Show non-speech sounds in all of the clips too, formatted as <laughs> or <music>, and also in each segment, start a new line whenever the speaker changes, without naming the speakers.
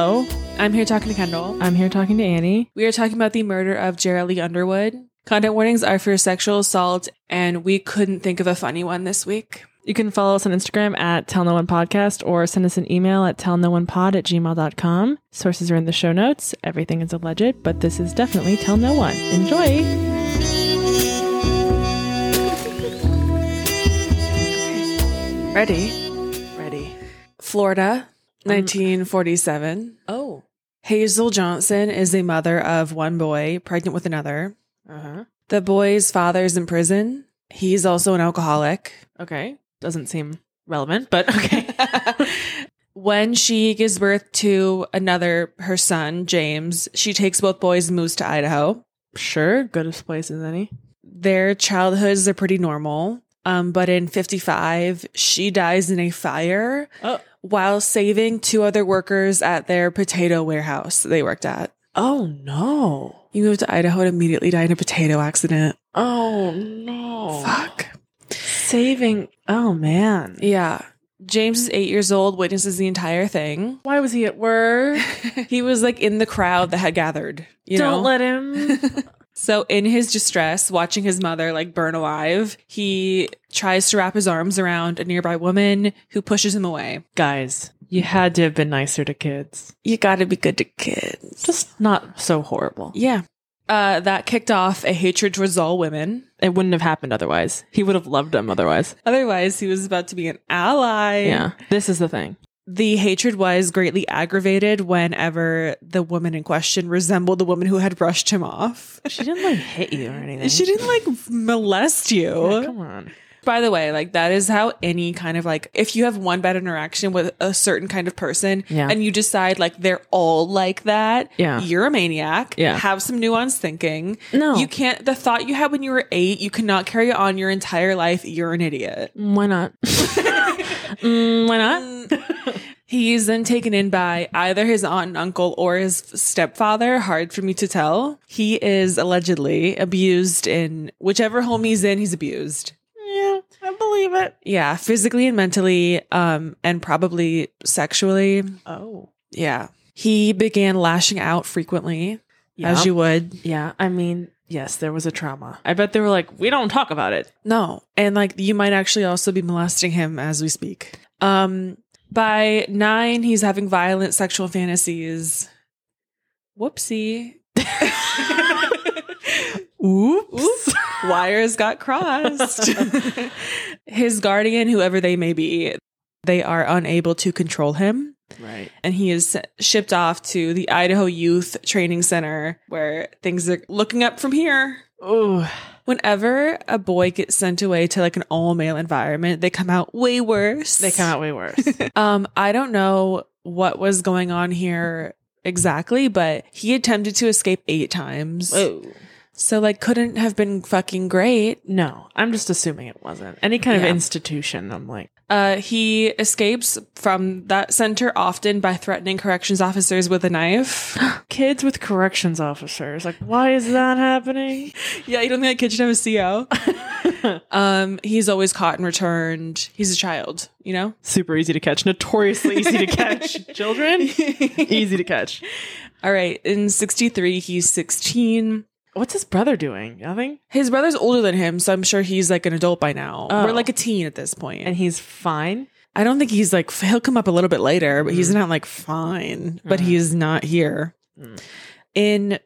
I'm here talking to Kendall.
I'm here talking to Annie.
We are talking about the murder of Gerald Lee Underwood. Content warnings are for sexual assault, and we couldn't think of a funny one this week.
You can follow us on Instagram at Tell No One Podcast or send us an email at tellnoonepod at gmail.com. Sources are in the show notes. Everything is alleged, but this is definitely Tell No One. Enjoy!
Ready?
Ready.
Florida, 1947.
Oh.
Hazel Johnson is the mother of one boy, pregnant with another.
Uh-huh.
The boy's father is in prison. He's also an alcoholic.
Okay. Doesn't seem relevant, but okay.
<laughs>
<laughs>
when she gives birth to another, her son, James, she takes both boys and moves to Idaho.
sure. Goodest place as any.
Their childhoods are pretty normal. Um, but in 55, she dies in a fire
Oh.
while saving two other workers at their potato warehouse they worked at.
Oh, no.
You moved to Idaho and immediately died in a potato accident.
Oh, no.
Fuck.
Saving. Oh, man.
Yeah. James is eight years old, witnesses the entire thing.
Why was he at work?
he was like in the crowd that had gathered. <laughs> You
Don't
know?
let him.
<laughs> So, in his distress, watching his mother like burn alive, he tries to wrap his arms around a nearby woman who pushes him away.
Guys, you had to have been nicer to kids.
You gotta be good to kids.
Just not so horrible.
yeah. Uh, that kicked off a hatred towards all women.
It wouldn't have happened otherwise. He would have loved them otherwise.
Otherwise, he was about to be an ally.
Yeah. This is the thing.
The hatred was greatly aggravated whenever the woman in question resembled the woman who had brushed him off. <laughs>
She didn't like hit you or anything.
She didn't like molest you.
Yeah, come on.
By the way, like that is how any kind of like if you have one bad interaction with a certain kind of person
Yeah.
and you decide like they're all like that,
Yeah.
you're a maniac.
Yeah.
Have some nuanced thinking.
No.
You can't the thought you had when you were eight, you cannot carry on your entire life. You're
<laughs>
an idiot.
Why not? mm, why not?
He's then taken in by either his aunt and uncle or his stepfather, hard for me to tell. He is allegedly abused in whichever home he's in, he's abused.
Yeah, I believe it.
Yeah, physically and mentally, um, and probably sexually.
Oh.
Yeah. He began lashing out frequently, as you would.
Yeah, I mean, yes, there was a trauma. I bet they were like, we don't talk about <laughs> it.
No. And like you might actually also be molesting him as we speak. Um by nine, he's having violent sexual fantasies. Whoopsie. <laughs>
Oops.
Oops. Wires got crossed. <laughs> His guardian, whoever they may be, they are unable to control him.
Right.
and he is shipped off to the Idaho Youth Training Center where things are looking up from here.
Oh.
Whenever a boy gets sent away to like an all male environment, they come out way worse.
They come out way <laughs> worse.
<laughs> Um, I don't know what was going on here exactly, but he attempted to escape eight times. So like couldn't have been fucking great.
No, I'm just assuming it wasn't. Any kind
Yeah.
of institution, I'm like,
Uh, he escapes from that center often by threatening corrections officers with
<gasps>
a knife. <gasps>
kids with corrections officers. Like, why is that happening?
Yeah, you don't think that kid should have a
<laughs>
CO? um, he's always caught and returned. He's a child, you know?
Super easy to catch. Notoriously easy to catch. <laughs> Children? easy to catch.
All right. In 63, he's 16.
What's his brother doing? Nothing?
His brother's older than him, so I'm sure he's like an adult by now.
Oh.
We're like a teen at this point.
And he's fine?
I don't think he's like, he'll come up a little bit later, but he's not like fine, but he is not here.
Mm.
In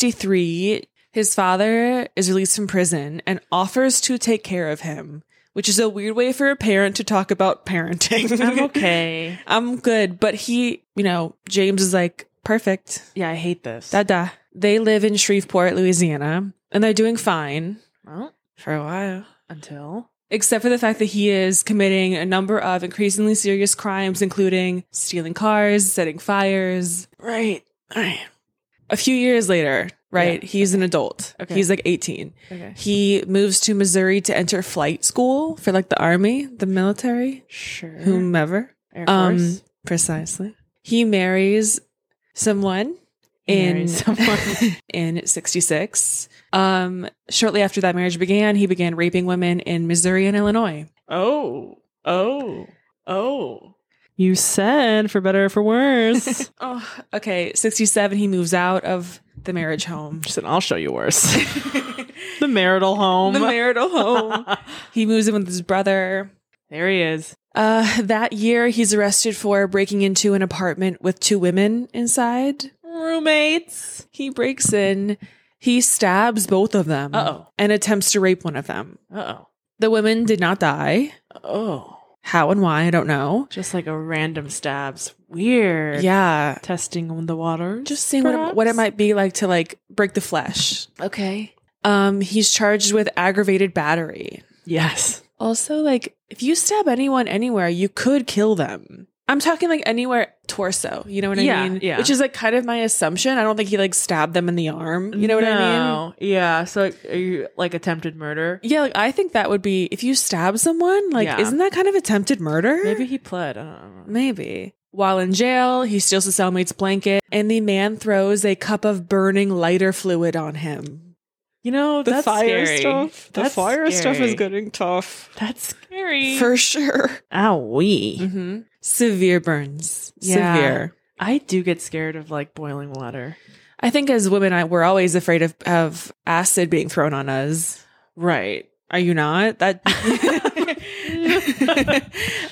63, his father is released from prison and offers to take care of him, which is a weird way for a parent to talk about parenting.
<laughs> I'm okay.
I'm good. But he, you know, James is like, perfect.
yeah, I hate this.
Da da. They live in Shreveport, Louisiana, and they're doing fine
well,
for a while.
until.
Except for the fact that he is committing a number of increasingly serious crimes, including stealing cars, setting fires.
Right.
Alright. A few years later, right?
Yeah.
He's an adult.
Okay.
He's like 18.
Okay.
He moves to Missouri to enter flight school for like the army, the military,
Sure.
whomever.
Air
Um, precisely. He marries someone
He
in
marries someone.
<laughs> in 66. Um, shortly after that marriage began, he began raping women in Missouri and Illinois.
oh. Oh. Oh. You said for better or for <laughs> worse.
Oh, okay. 67, he moves out of the marriage home.
she said, I'll show you <laughs> worse. the marital home.
The marital home. <laughs> he moves in with his brother.
there he is.
Uh, that year, he's arrested for breaking into an apartment with two women inside.
Roommates.
He breaks in, he stabs both of them,
Uh-oh.
and attempts to rape one of them.
Uh oh.
The women did not die.
Oh.
How and why, I don't know.
Just like a random stabs. Weird.
Yeah.
Testing on the water.
Just seeing what it, what it might be like to like break the flesh.
Okay.
Um, he's charged with aggravated battery.
Yes.
Also, like if you stab anyone anywhere, you could kill them. I'm talking like anywhere torso. You know what I
Yeah,
mean?
yeah.
Which is like kind of my assumption. I don't think he like stabbed them in the arm. You know what I mean?
No. Yeah. So like, are you like attempted murder?
Yeah, like I think that would be if you stab someone, like
Yeah.
isn't that kind of attempted murder?
Maybe he pled. I don't know.
Maybe. While in jail, he steals his cellmate's blanket and the man throws a cup of burning lighter fluid on him.
You know,
The
that's
fire
scary.
stuff. The
That's
fire stuff is
scary.
getting tough.
That's scary.
For sure.
Owie.
Mm-hmm. Severe burns.
Yeah.
Severe.
I do get scared of like boiling water.
I think as women, I, we're always afraid of, of acid being thrown on us.
Right.
Are you not? That <laughs>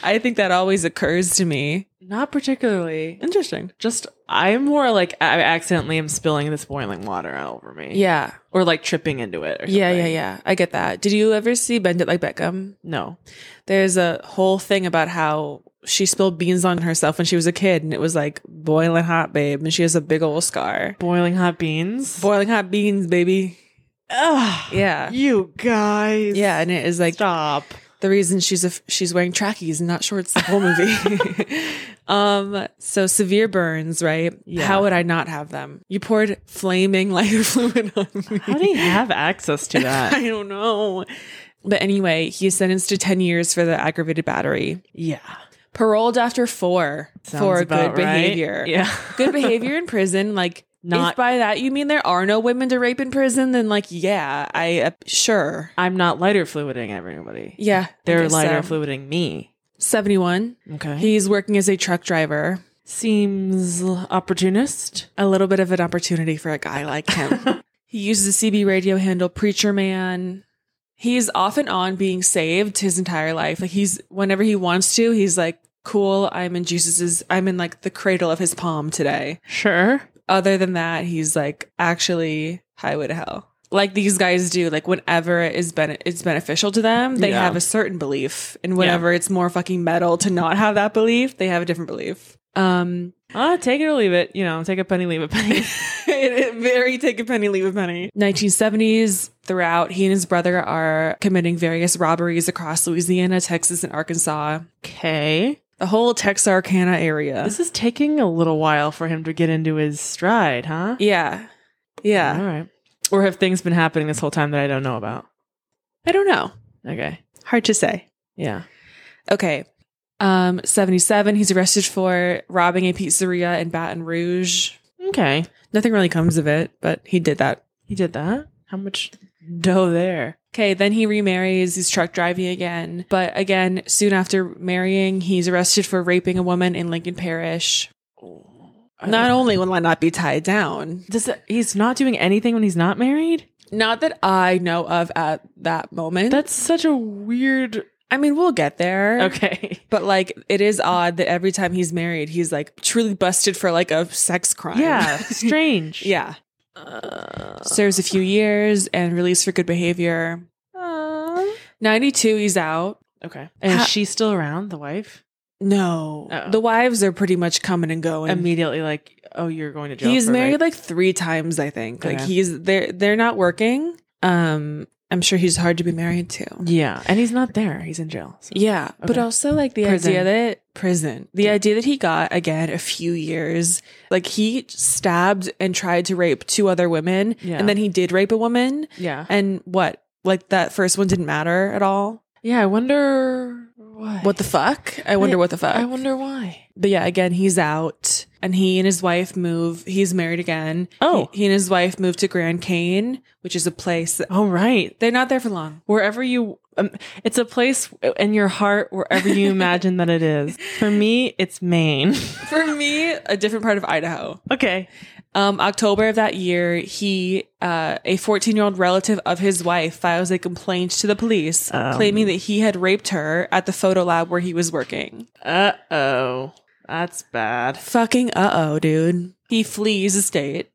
I think that always occurs to me.
Not particularly.
Interesting.
Just I'm more like I accidentally am spilling this boiling water all over me.
Yeah.
Or like tripping into it or
Yeah, yeah,
something.
yeah. I get that. Did you ever see Bend It Like Beckham?
No.
There's a whole thing about how she spilled beans on herself when she was a kid and it was like boiling hot, babe. And she has a big old scar.
Boiling hot beans.
Boiling hot beans, baby.
Ugh.
Yeah.
You guys.
Yeah. And it is like
Stop.
the reason she's a f she's wearing trackies and not shorts the
<laughs>
whole movie. um, so severe burns, right?
Yeah.
How would I not have them? You poured flaming lighter <laughs> fluid on me.
How do you have access to that?
<laughs> I don't know. But anyway, he is sentenced to ten years for the aggravated battery.
yeah.
Paroled after four for
Sounds
good
about right.
behavior.
<laughs> Yeah.
good behavior in prison, like.
Not-
if by that you mean there are no women to rape in prison, then like yeah, I uh, sure
I'm not lighter fluiding everybody.
yeah
They're lighter fluiding me.
Seventy one.
Okay.
He's working as a truck driver.
seems opportunist.
A little bit of an opportunity for a guy like
<laughs>
him. he uses the CB radio handle Preacher Man. He's off and on being saved his entire life. Like he's whenever he wants to, he's like, "Cool, I'm in Jesus's. I'm in like the cradle of his palm today."
Sure.
Other than that, he's like actually highway to hell. Like these guys do. Like whenever it is ben- it's beneficial to them, they
Yeah.
have a certain belief, and whenever it's more fucking metal to not have that belief, they have a different belief. Um, <laughs>
Ah, take it or leave it. You know, take a penny, leave a penny.
it, it very take a penny, leave a penny. 1970s throughout, he and his brother are committing various robberies across Louisiana, Texas, and Arkansas.
okay.
The whole Texarkana area.
This is taking a little while for him to get into his stride, huh?
Yeah. Yeah.
All right. Or have things been happening this whole time that I don't know about?
I don't know.
Okay.
Hard to say.
Yeah.
Okay. Um, 77, he's arrested for robbing a pizzeria in Baton Rouge.
Okay.
Nothing really comes of it, but he did that.
He did that. How much dough there?
Okay, then he remarries, he's truck driving again. But again, soon after marrying, he's arrested for raping a woman in Lincoln Parish. Not only will I not be tied down,
Oh, does it, he's not doing anything when he's not married.
not that I know of at that moment.
That's such a
<laughs>
weird.
I mean, we'll get there.
Okay.
But like, it is odd that every time he's married, he's like truly busted for like a sex crime.
Yeah. Strange.
<laughs> yeah.
Uh,
Serves a few years and released for good behavior. 92, he's out.
uh, okay. And
Ha-
is she still around? The wife
No.
Uh-oh.
The wives are pretty much coming and going.
immediately like, oh, you're going to jail.
he's
for
married
rape.
like three times i think like
Okay.
he's they're they're not working um i'm sure he's hard to be married to
yeah, and he's not there. He's in jail. so-
yeah but
Okay.
also like the
Prison.
idea that prison the idea that he got again a few years like he stabbed and tried to rape two other women
Yeah.
and then he did rape a woman
Yeah.
and what like that first one didn't matter at all
yeah. I wonder why.
what the fuck i wonder what the fuck
I wonder why.
But yeah, again, he's out and he and his wife move. He's married again.
Oh.
He, he and his wife moved to Grand Cane, which is a place.
All Oh, right.
They're not there for long.
Wherever you um, it's a place in your heart wherever
<laughs>
you imagine that it is. For me, it's Maine. <laughs>
For me, a different part of Idaho.
okay.
Um, October of that year, he, uh, a 14 year old relative of his wife, files a complaint to the police
Um.
claiming that he had raped her at the photo lab where he was working.
Uh oh. That's bad.
Fucking uh oh, dude. He flees the <gasps> state.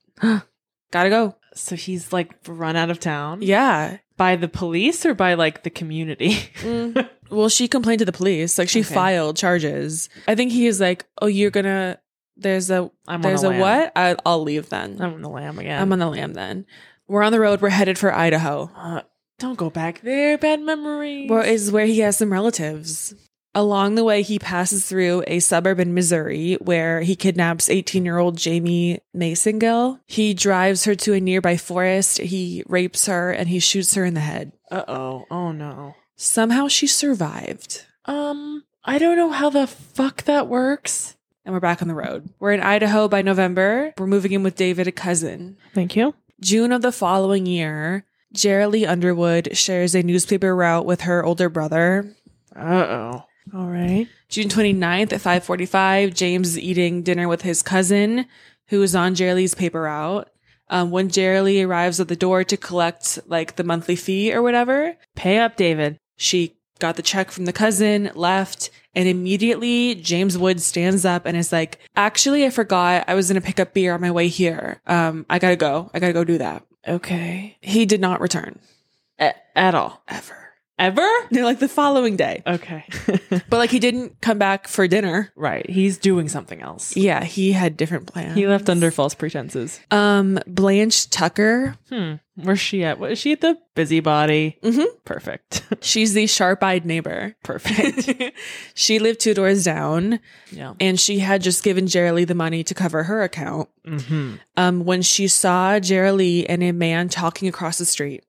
Gotta go.
So he's like run out of town
Yeah.
by the police or by like the community? <laughs>
Mm. well, she complained to the police. Like she
Okay.
filed charges. I think he is like, oh, you're gonna. There's a
I'm
there's a
lam.
what? I, I'll leave then.
I'm on the lamb again.
I'm on the lamb then. We're on the road. We're headed for Idaho.
Uh, don't go back there. Bad memories.
Well, is where he has some relatives. Along the way, he passes through a suburb in Missouri where he kidnaps 18 year old Jamie Masingill. He drives her to a nearby forest. He rapes her and he shoots her in the head.
Uh oh. Oh no.
Somehow she survived.
Um, I don't know how the fuck that works.
And we're back on the road. We're in Idaho by November. We're moving in with David, a cousin.
Thank you.
June of the following year, Jerry Lee Underwood shares a newspaper route with her older brother,
Uh oh. All right.
June 29th at 5:45, James is eating dinner with his cousin, who is on Jerry's paper route. Um, when Jerry arrives at the door to collect like the monthly fee or whatever,
Pay up, David.
she got the check from the cousin, left, and immediately James Wood stands up and is like, "Actually, I forgot. I was gonna pick up beer on my way here. Um, I gotta go. I gotta go do that."
Okay.
He did not return
A- at all.
ever.
Ever?
<laughs> Like the following day,
<laughs> Okay.
but like he didn't come back for dinner.
right. He's doing something else.
Yeah, he had different plans.
He left under false pretenses.
Um, Blanche Tucker.
Hmm. Where's she at? What, is she at the busybody?
Mhm.
Perfect.
She's the sharp-eyed neighbor.
Perfect.
<laughs> she lived two doors down,
<laughs> yeah.
and she had just given Jerry the money to cover her account.
Mm-hmm.
Um, when she saw Jerry and a man talking across the street,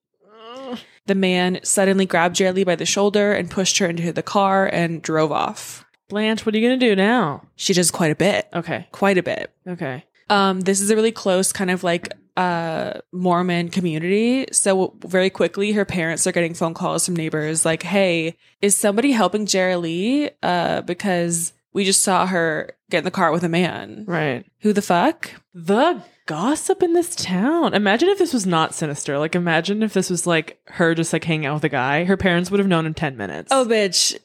the man suddenly grabbed Jerry by the shoulder and pushed her into the car and drove off.
Blanche, what are you gonna do now?
She does quite a bit,
Okay.
quite a bit.
Okay.
Um, this is a really close kind of like uh Mormon community. So very quickly her parents are getting phone calls from neighbors like, Hey, is somebody helping Jerry Lee? Uh, because we just saw her get in the car with a man.
Right.
Who the fuck?
The gossip in this town. Imagine if this was not sinister. Like, imagine if this was like her just like hanging out with a guy. Her parents would have known in 10 minutes.
Oh bitch,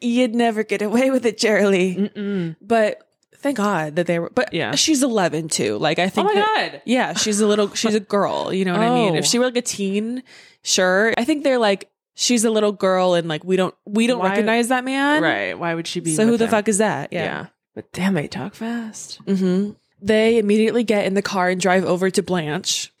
you'd never get away with it, Jerry Lee.
Mm-mm.
But thank God that they were but
Mm. Yeah.
she's eleven too. Like I
oh
think
my
that-
God.
Yeah, she's a little
<laughs>
she's a girl, you know what I mean?
Oh.
If she were like a teen, sure. I think they're like she's a little girl and like we don't we don't
Why-
recognize that man.
Right. Why would she be?
So who
with
the
him?
fuck is that?
Yeah.
Yeah.
But damn, they talk fast.
Mhm. They immediately get in the car and drive over
<laughs>
to Blanche.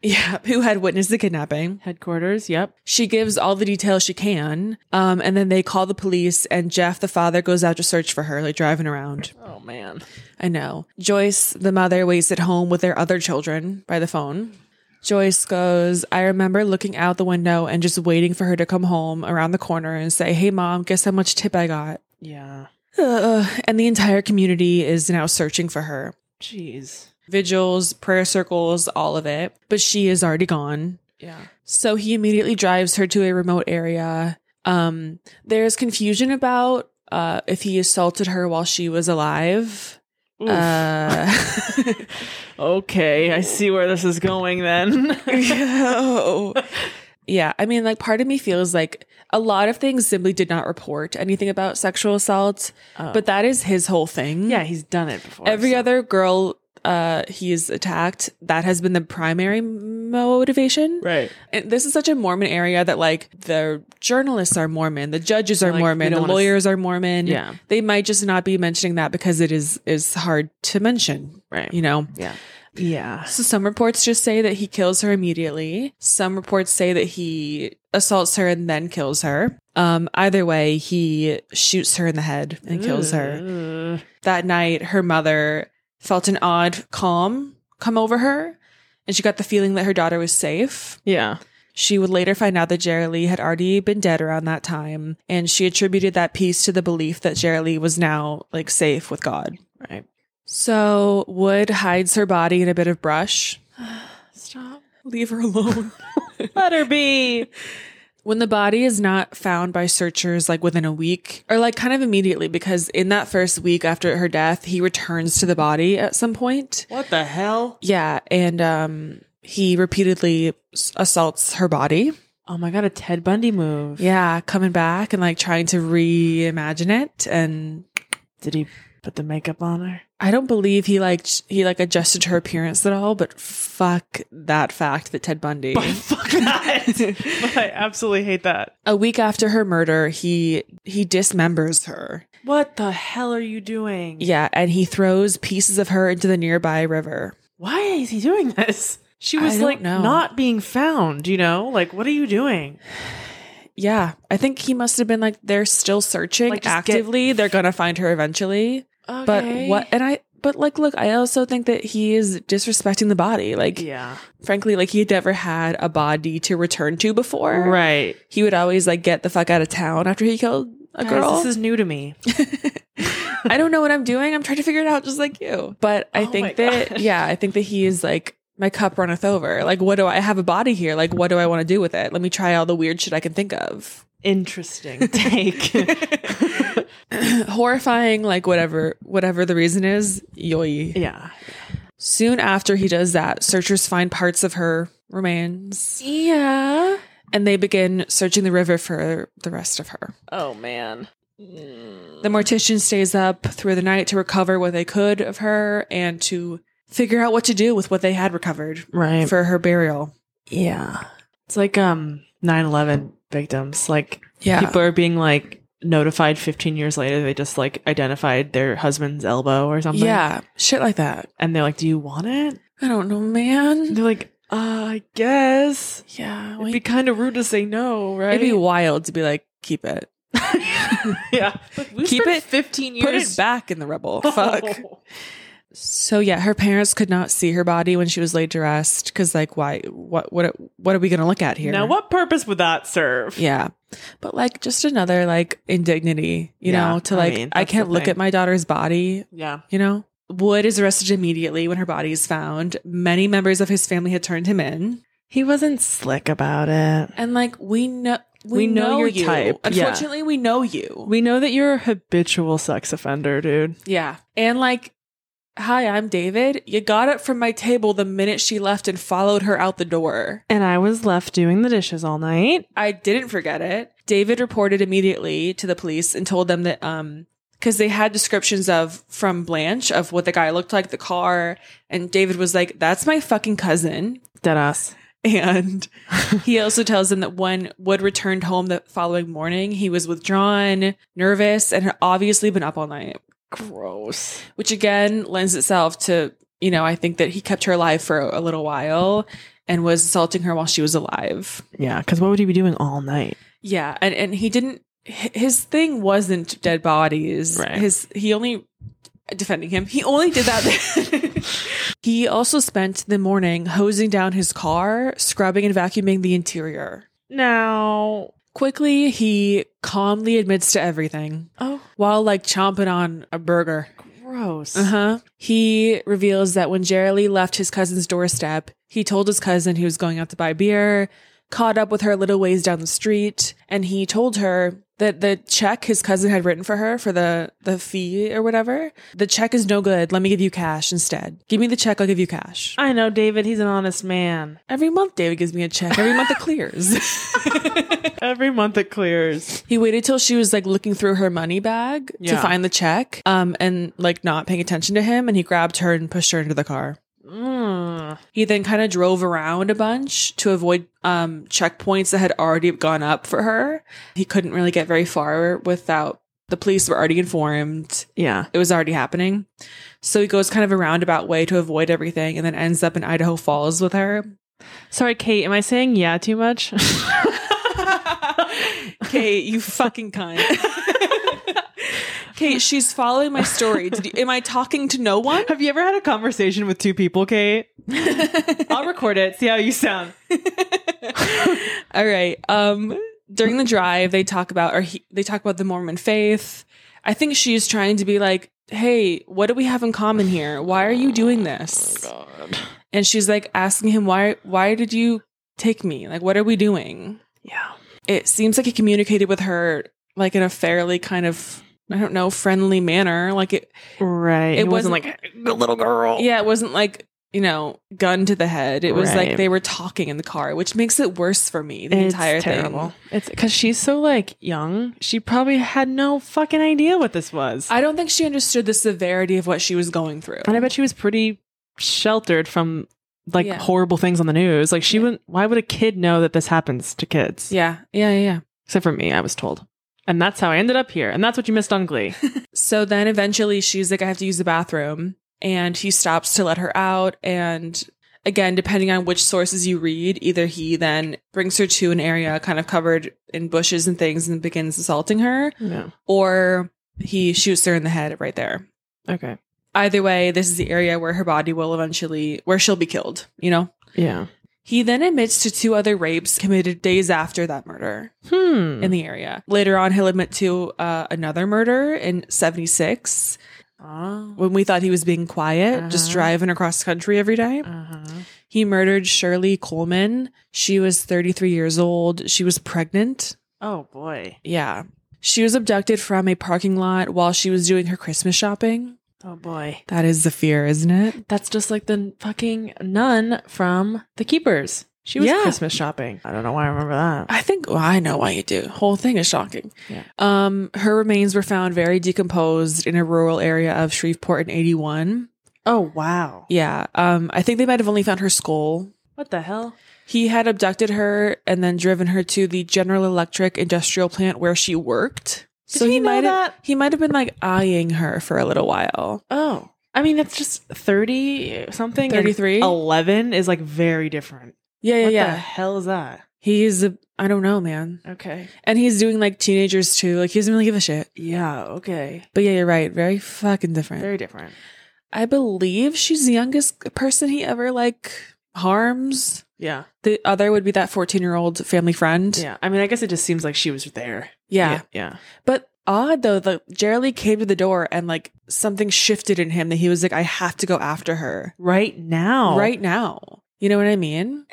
yeah, who had witnessed the kidnapping.
Headquarters. Yep.
She gives all the details she can. Um and then they call the police and Jeff the father goes out to search for her like driving around.
Oh man.
I know. Joyce, the mother, waits at home with their other children by the phone. Joyce goes, I remember looking out the window and just waiting for her to come home around the corner and say, Hey, mom, guess how much tip I got?
Yeah.
Ugh. And the entire community is now searching for her
Jeez.
vigils, prayer circles, all of it. But she is already gone.
Yeah.
So he immediately drives her to a remote area. Um, there's confusion about uh, if he assaulted her while she was alive.
Oof.
Uh,
<laughs>
<laughs>
okay, I see where this is going <laughs> then.
Yo. yeah, I mean, like, part of me feels like a lot of things simply did not report anything about sexual assault,
Oh.
but that is his whole thing.
yeah, he's done it before.
Every
so-
other girl uh, he's attacked, that has been the primary motivation.
Right.
And this is such a Mormon area that, like, the journalists are Mormon, the judges are
Like, we
Mormon, the
don't wanna s-
lawyers are Mormon.
Yeah.
They might just not be mentioning that because it is is hard to mention,
Right.
you know?
Yeah. Yeah.
So some reports just say that he kills her immediately. Some reports say that he assaults her and then kills her. Um, either way, he shoots her in the head and kills
Mm.
her.
her.
That night, her mother felt an odd calm come over her, and she got the feeling that her daughter was safe.
Yeah.
She would later find out that Jerry Lee had already been dead around that time, and she attributed that peace to the belief that Jerry Lee was now like safe with God.
Right.
So Wood hides her body in a bit of brush
Stop. <laughs>
Leave her alone.
Let her be.
When the body is not found by searchers like within a week or like kind of immediately, because in that first week after her death, he returns to the body at some point.
What the hell?
Yeah. And um, he repeatedly s- assaults her body.
Oh my god, a Ted Bundy move.
Yeah. Coming back and like trying to reimagine it. And
Did he put the makeup on <laughs> her?
I don't believe he like, ch- he like adjusted her appearance at all, but fuck that fact that Ted Bundy.
Fuck <laughs> that. I absolutely hate that.
a week after her murder, he he dismembers her.
What the hell are you doing?
Yeah, and he throws pieces of her into the nearby river.
Why is he doing this? She
I
was
don't
like
know.
not being found, you know? Like what are you doing?
Yeah, I think he must have been like they're still searching
Like, just get-
actively. They're gonna find her eventually. But what? And I. But like, look, I also think that he is disrespecting the body. Like,
Yeah.
frankly, like he had never had a body to return to before.
Right.
He would always like get the fuck out of town after he killed a girl.
Guys, this is new to me.
<laughs> I don't know what I'm doing. I'm trying to figure it out just like you. But I
Oh my
think that,
God.
yeah, I think that he is like, my cup runneth over. Like, what do I I have a body here? Like, what do I want to do with it? Let me try all the weird shit I can think of. <clears throat> <laughs>
Interesting take.
Horrifying, like, whatever, whatever the reason is, yoy.
yeah.
Soon after he does that, searchers find parts of her remains
Yeah.
and they begin searching the river for the rest of her.
Oh man.
The mortician stays up through the night to recover what they could of her and to figure out what to do with what they had recovered.
Right.
for her burial.
yeah. It's like um 9/11 victims. Like
Yeah.
people are being like notified 15 years later they just like identified their husband's elbow or something.
yeah. Shit like that.
And they're like, "Do you want it?"
I don't know,
And
man.
they're like, uh, "I guess."
Yeah.
It'd be kind of rude to say no, right?
it'd be wild to be like, keep it.
<laughs>
<laughs>
yeah.
Keep
spent
it-
15
Put it back in the <laughs> rubble.
<laughs>
Fuck. So yeah, her parents could not see her body when she was laid to rest because like why what what what are we gonna look at here?
Now, what purpose would that serve?
Yeah. But like just another like indignity, you
Yeah,
know, to
I
like I,
mean, that's
can't
the
look
thing.
at my daughter's body,
Yeah.
you know? Wood is arrested immediately when her body is found. Many members of his family had turned him in.
He wasn't slick about it.
And like we know we,
We know
know,
your
you.
type. Yeah.
Unfortunately, we know you.
We know that you're a habitual sex offender, dude.
Yeah. And like hi, I'm David. You got up from my table the minute she left and followed her out the door.
And I was left doing the dishes all night.
I didn't forget it. David reported immediately to the police and told them that um because they had descriptions of from Blanche of what the guy looked like, the car, and David was like, "That's my fucking cousin."
Dead ass.
<laughs> And he also tells them that when Wood returned home the following morning, he was withdrawn, nervous, and had obviously been up all night,
Gross.
which again lends itself to, you know, I think that he kept her alive for a little while and was assaulting her while she was alive.
Yeah, because what would he be doing all night?
Yeah. And, and he didn't, hi- his thing wasn't dead bodies.
Right.
His, he only, defending him, he only did that. <laughs> he also spent the morning hosing down his car, scrubbing and vacuuming the interior.
Now.
Quickly, he calmly admits to everything
Oh,
while like chomping on a burger.
gross.
Uh huh. He reveals that when Jerry left his cousin's doorstep, he told his cousin he was going out to buy beer, caught up with her a little ways down the street, and he told her that the check his cousin had written for her for the, the fee or whatever, the check is no good. Let me give you cash instead. Give me the check, I'll give you cash.
I know David. He's an honest man.
Every month, David gives me a check. Every month, it
<laughs>
clears. <laughs>
Every month it clears.
He waited till she was like looking through her money bag
Yeah.
to find the check, um, and like not paying attention to him, and he grabbed her and pushed her into the car.
Mm.
He then kind of drove around a bunch to avoid um checkpoints that had already gone up for her. He couldn't really get very far without the police were already informed.
Yeah.
It was already happening. So he goes kind of a roundabout way to avoid everything and then ends up in Idaho Falls with her.
Sorry, Kate. Am I saying yeah too much? <laughs>
Kate, you fucking <laughs> cunt. Kate, she's following my story. Did you, am I talking to no one?
Have you ever had a conversation with two people, <laughs> Kate? I'll record it. See how you sound.
All right. Um, during the drive, they talk about or he, they talk about the Mormon faith. I think she's trying to be like, "Hey, what do we have in common here? Why are you doing this?"
God.
And she's like asking him, "Why? Why did you take me? Like, what are we doing?"
Yeah.
it seems like he communicated with her like in a fairly kind of I don't know friendly manner. Like it,
Right.
It
It, wasn't,
wasn't-
like the little girl.
yeah, it wasn't like you know gun to the head. It was
Right.
like they were talking in the car, which makes it worse for me. The
it's
entire
terrible.
thing.
It's because she's so like young. She probably had no fucking idea what this was.
I don't think she understood the severity of what she was going through.
and I bet she was pretty sheltered from like
Yeah.
horrible things on the news. Like she wouldn't. Why would a kid know that this happens to kids?
Yeah, yeah, yeah. yeah.
Except for me, I was told, and that's how I ended up here. And that's what you missed on
<laughs>
Glee.
So then eventually she's like, I have to use the bathroom. And he stops to let her out. And again, depending on which sources you read, either he then brings her to an area kind of covered in bushes and things and begins assaulting her,
no.
or he shoots her in the head right there.
Okay.
Either way, this is the area where her body will eventually, where she'll be killed, you know?
Yeah.
He then admits to two other rapes committed days after that murder
Hmm.
in the area. Later on, he'll admit to uh, another murder in 76
oh.
when we thought he was being quiet, just
Uh-huh.
driving across country every day.
Uh-huh.
He murdered Shirley Coleman. She was 33 years old. She was pregnant.
Oh boy.
Yeah. She was abducted from a parking lot while she was doing her Christmas shopping.
Oh boy.
That is the fear, isn't it?
That's just like the fucking nun from The Keepers. She was
Yeah.
Christmas shopping. I don't know why I remember that.
I think well, I know why you do. Whole thing is shocking.
Yeah.
Um, her remains were found very decomposed in a rural area of Shreveport in 81.
Oh wow.
Yeah. Um, I think they might have only found her skull
What the hell?
He had abducted her and then driven her to the General Electric industrial plant where she worked.
Did he know
might have,
that?
he might have been like eyeing her for a little while.
Oh. I mean that's just 30 something.
33?
and 11 is like very different.
Yeah, yeah,
Oh, what
yeah.
the hell is that?
He's a, I don't know, man.
Okay.
And he's doing like teenagers too. Like he doesn't really give a shit.
Yeah, okay.
But yeah, you're right. Very fucking different.
Very different.
I believe she's the youngest person he ever like harms.
Yeah.
The other would be that 14 year old family friend.
Yeah. I mean, I guess it just seems like she was there.
yeah.
Yeah.
But odd though, the Jerry came to the door and like something shifted in him that he was like, I have to go after her
Right now.
right now. You know what I mean?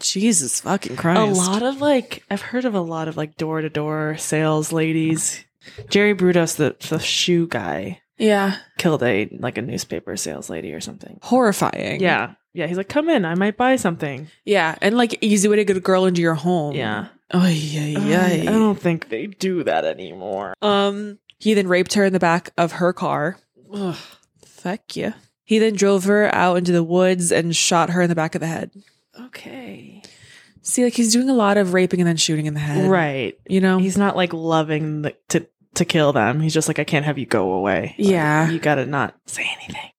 Jesus fucking Christ.
Eh. A lot of like, I've heard of a lot of like door to door sales ladies. Jerry Brudos, the, the shoe guy,
Yeah.
killed a like a newspaper sales lady or something.
Horrifying.
Yeah. Yeah. He's like, come in. I might buy something.
Yeah. And like easy way to get a girl into your home.
Yeah.
Oh, yeah,
I, I
yeah.
don't think they do that anymore.
Um, he then raped her in the back of her car.
Ugh.
Fuck yeah. He then drove her out into the woods and shot her in the back of the head.
Okay.
See, like he's doing a lot of raping and then shooting in the head.
Right.
You know?
He's not like loving the, to to kill them. He's just like, I can't have you go away. Like,
Yeah.
You gotta not say anything.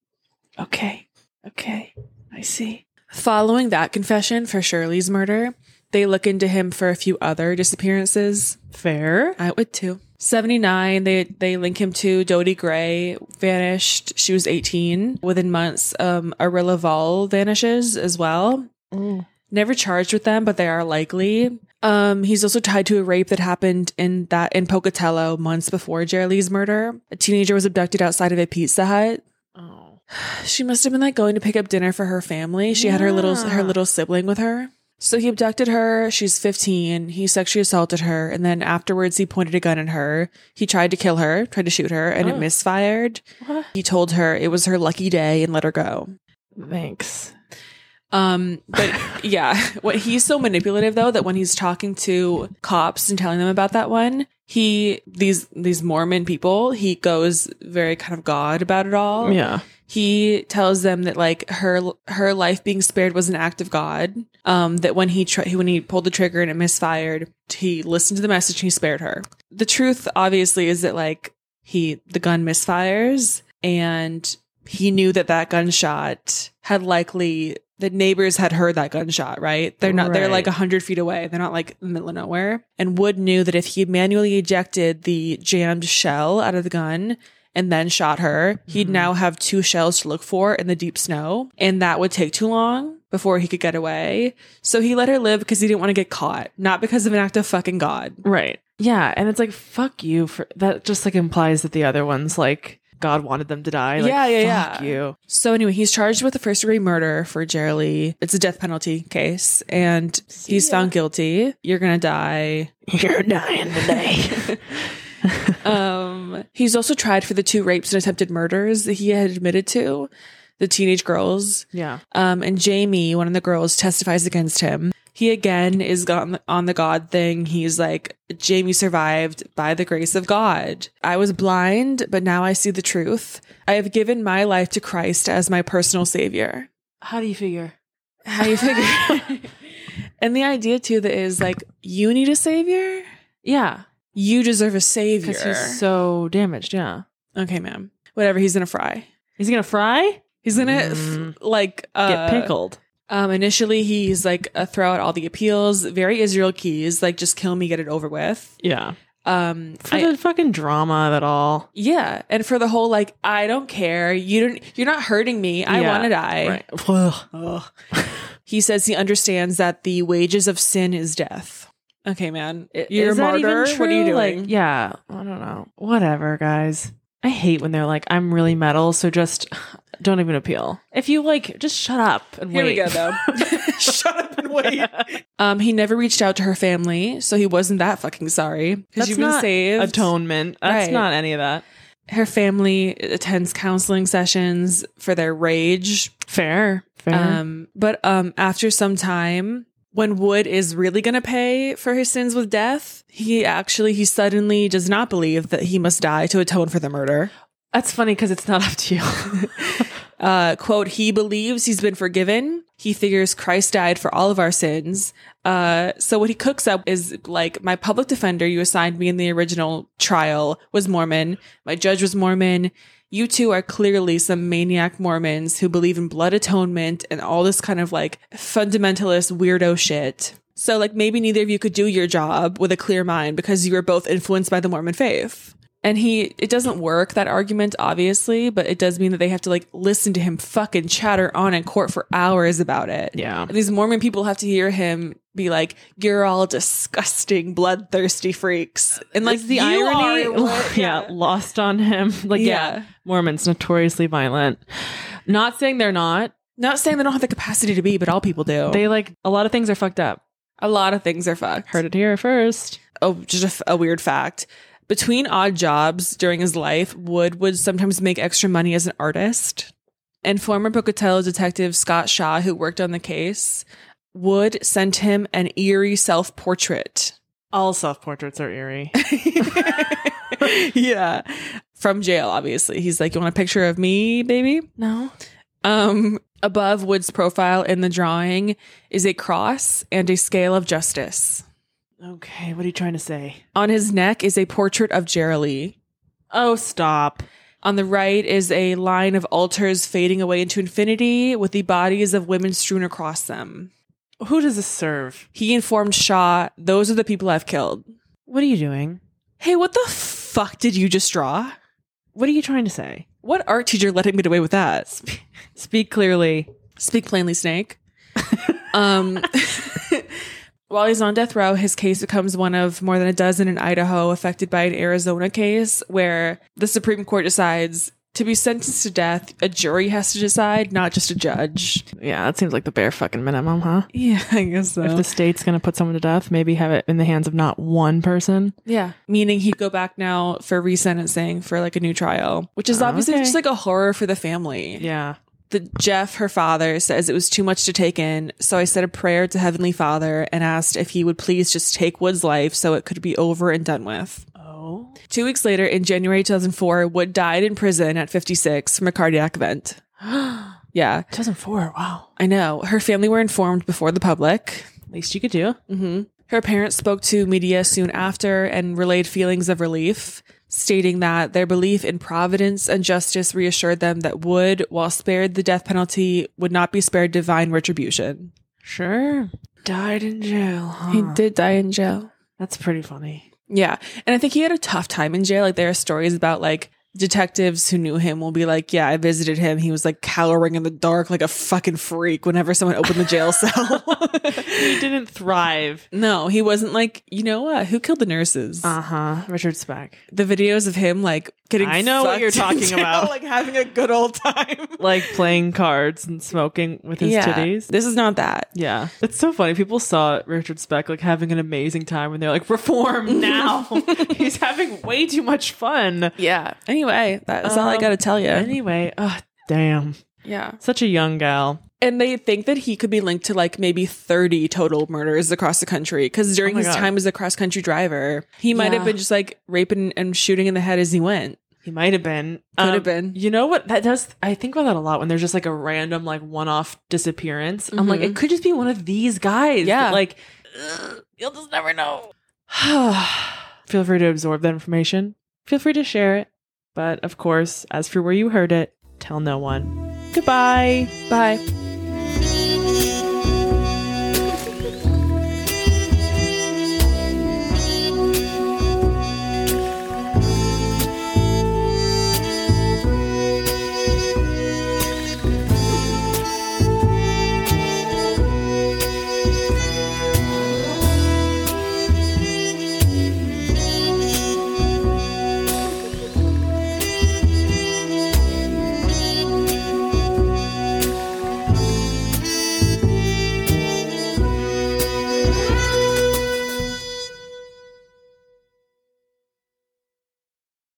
Okay. Okay. I see.
Following that confession for Shirley's murder, they look into him for a few other disappearances.
Fair.
I would too. 79, they, they link him to Dodie Gray, vanished. She was 18. Within months, um, Arilla Val vanishes as well.
Mm.
Never charged with them, but they are likely. Um, he's also tied to a rape that happened in that in Pocatello months before Jerry Lee's murder. A teenager was abducted outside of a Pizza Hut.
Oh.
She must have been like going to pick up dinner for her family. She had her little
Yeah.
her little sibling with her. So he abducted her. She's 15. He sexually assaulted her and then afterwards he pointed a gun at her. He tried to kill her, tried to shoot her and
Oh.
it misfired.
What?
He told her it was her lucky day and let her go.
Thanks.
Um but yeah, what he's so manipulative though that when he's talking to cops and telling them about that one, he these these Mormon people, he goes very kind of god about it all
Yeah.
he tells them that like her her life being spared was an act of God. Um, that when he tri- when he pulled the trigger and it misfired, he listened to the message and he spared her. The truth, obviously, is that like he the gun misfires and he knew that that gunshot had likely the neighbors had heard that gunshot right they're not they're
Right.
like 100 feet away they're not like in the middle of nowhere and wood knew that if he manually ejected the jammed shell out of the gun and then shot her he'd
Mhm.
now have two shells to look for in the deep snow and that would take too long before he could get away so he let her live because he didn't want to get caught not because of an act of fucking god
Right. Yeah. And it's like, fuck you for that just like implies that the other one's like God wanted them to die. Like,
Yeah, yeah,
fuck
yeah.
you.
So anyway, he's charged with a first degree murder for Jerry Lee. It's a death penalty case, and he's
ya.
found guilty. You're gonna die.
You're dying today.
Um, he's also tried for the two rapes and attempted murders that he had admitted to, the teenage girls.
<laughs> yeah.
Um, and Jamie, one of the girls, testifies against him. He again is on the, on the God thing. He's like, Jamie survived by the grace of God. I was blind, but now I see the truth. I have given my life to Christ as my personal savior.
How do you figure?
How you figure? <laughs> and the idea too that is like, you need a savior.
Yeah.
You deserve a savior.
Because he's so damaged. Yeah.
okay, ma'am. Whatever. He's gonna fry.
He's going to fry?
He's gonna
Mm.
f- like uh,
Get pickled.
Um, initially, he's like uh, throw out all the appeals, very Israel keys, like just kill me, get it over with.
Yeah.
Um,
For
I-
the fucking drama of it all.
yeah, and for the whole like I don't care, you don't, you're not hurting me. I
Yeah,
want to die.
Right. Ugh. Ugh.
<laughs> He says he understands that the wages of sin is death. Okay, man, you're
Is
a
that even
martyr. What are you
true?
doing?
Like, yeah, I don't know. Whatever, guys. I hate when they're like, "I'm really metal," so just <sighs> don't even appeal. If you like, just shut up and
Here
wait.
we
<laughs>
go, though. Shut up and wait. <laughs> Um, he never reached out to her family, so he wasn't that fucking sorry because
That's
you've been
not
saved.
atonement. That's
Right.
not any of that.
her family attends counseling sessions for their rage.
Fair, fair.
Um, but um, after some time, when Wood is really going to pay for his sins with death, he actually he suddenly does not believe that he must die to atone for the murder.
That's funny because it's not <laughs> up to <laughs> you.
Uh, quote: He believes he's been forgiven. He figures Christ died for all of our sins. Uh, so what he cooks up is like my public defender you assigned me in the original trial was Mormon. My judge was Mormon. You two are clearly some maniac Mormons who believe in blood atonement and all this kind of like fundamentalist weirdo shit. So like maybe neither of you could do your job with a clear mind because you were both influenced by the Mormon faith. And he, it doesn't work, that argument, obviously, but it does mean that they have to like listen to him fucking chatter on in court for hours about it.
yeah,
And these Mormon people have to hear him be like, "You're all disgusting, bloodthirsty freaks," and like the
You
irony,
<laughs> are-
<laughs>
yeah, lost on him. <laughs> Like, yeah.
Yeah.
Mormons notoriously violent. Not saying they're not.
Not saying they don't have the capacity to be, but all people do.
They like a lot of things are fucked up.
a lot of things are fucked.
Heard it here first.
oh, just a f- a, weird fact. Between odd jobs during his life, Wood would sometimes make extra money as an artist. And former Pocatello detective Scott Shaw, who worked on the case, would send him an eerie self portrait.
All self portraits are eerie.
<laughs> yeah. From jail, obviously. He's like, You want a picture of me, baby?
no.
Um, above Wood's profile in the drawing is a cross and a scale of justice.
<laughs> Okay, what are you trying to say?
On his neck is a portrait of Jerry Lee.
Oh, stop.
On the right is a line of altars fading away into infinity with the bodies of women strewn across them.
Who does this serve?
He informed Shaw, Those are the people I've killed.
What are you doing?
Hey, what the fuck did you just draw?
What are you trying to say?
What art teacher let him get away with that?
Speak clearly.
Speak plainly, <laughs> Snake. um, <laughs> while he's on death row, his case becomes one of more than a dozen in Idaho affected by an Arizona case where the Supreme Court decides to be sentenced to death, a jury has to decide, not just a judge.
Yeah, that seems like the bare fucking minimum, huh?
Yeah, I guess so.
If the state's gonna put someone to death, maybe have it in the hands of not one person.
yeah. Meaning he'd go back now for resentencing for like a new trial, which is obviously
Okay.
just like a horror for the family.
Yeah.
the Jeff, her father, says it was too much to take in, so I said a prayer to Heavenly Father and asked if he would please just take Wood's life so it could be over and done with.
Oh.
Two weeks later, in January 2004, Wood died in prison at 56 from a cardiac event. <gasps> Yeah,
2004. Wow.
I know. Her family were informed before the public.
Least you could do.
hmm Her parents spoke to media soon after and relayed feelings of relief, stating that their belief in providence and justice reassured them that Wood, while spared the death penalty, would not be spared divine retribution.
Sure. Died in jail. Huh?
did die in jail.
<laughs> That's pretty funny.
Yeah. And I think he had a tough time in jail. Like, there are stories about, like, detectives who knew him will be like, Yeah, I visited him. He was, like, cowering in the dark like a fucking freak whenever someone opened the jail cell.
<laughs>
<laughs>
he didn't thrive.
no, he wasn't like, You know what? Who killed the nurses?
Uh huh. Uh-huh. Richard Speck.
the videos of him like Getting
I know what
fucked
you're talking
in <laughs> jail,
about.
Like having a good old time.
<laughs> like playing cards and smoking with his titties.
This is not that.
Yeah. It's so funny. People saw Richard Speck like having an amazing time and they're like, <laughs> reform now. He's having way too much fun.
Yeah. Anyway, that's all I
Um,
got to tell you.
Anyway, oh, damn.
yeah.
Such a young gal.
And they think that he could be linked to like maybe 30 total murders across the country because
Oh
during
my
his
God.
time as a cross country driver, he might
Yeah.
have been just like raping and shooting in the head as he went.
He might have been. Um,
Could have been.
You know what? That does. I think about that a lot when there's just like a random, like one off disappearance. I'm like,
Mhm.
it could just be one of these guys. that,
Yeah.
Like, Mm-hmm. ugh, you'll just never know. <sighs> Feel free to absorb that information. Feel free to share it. But of course, as for where you heard it, tell no one. Goodbye.
Bye.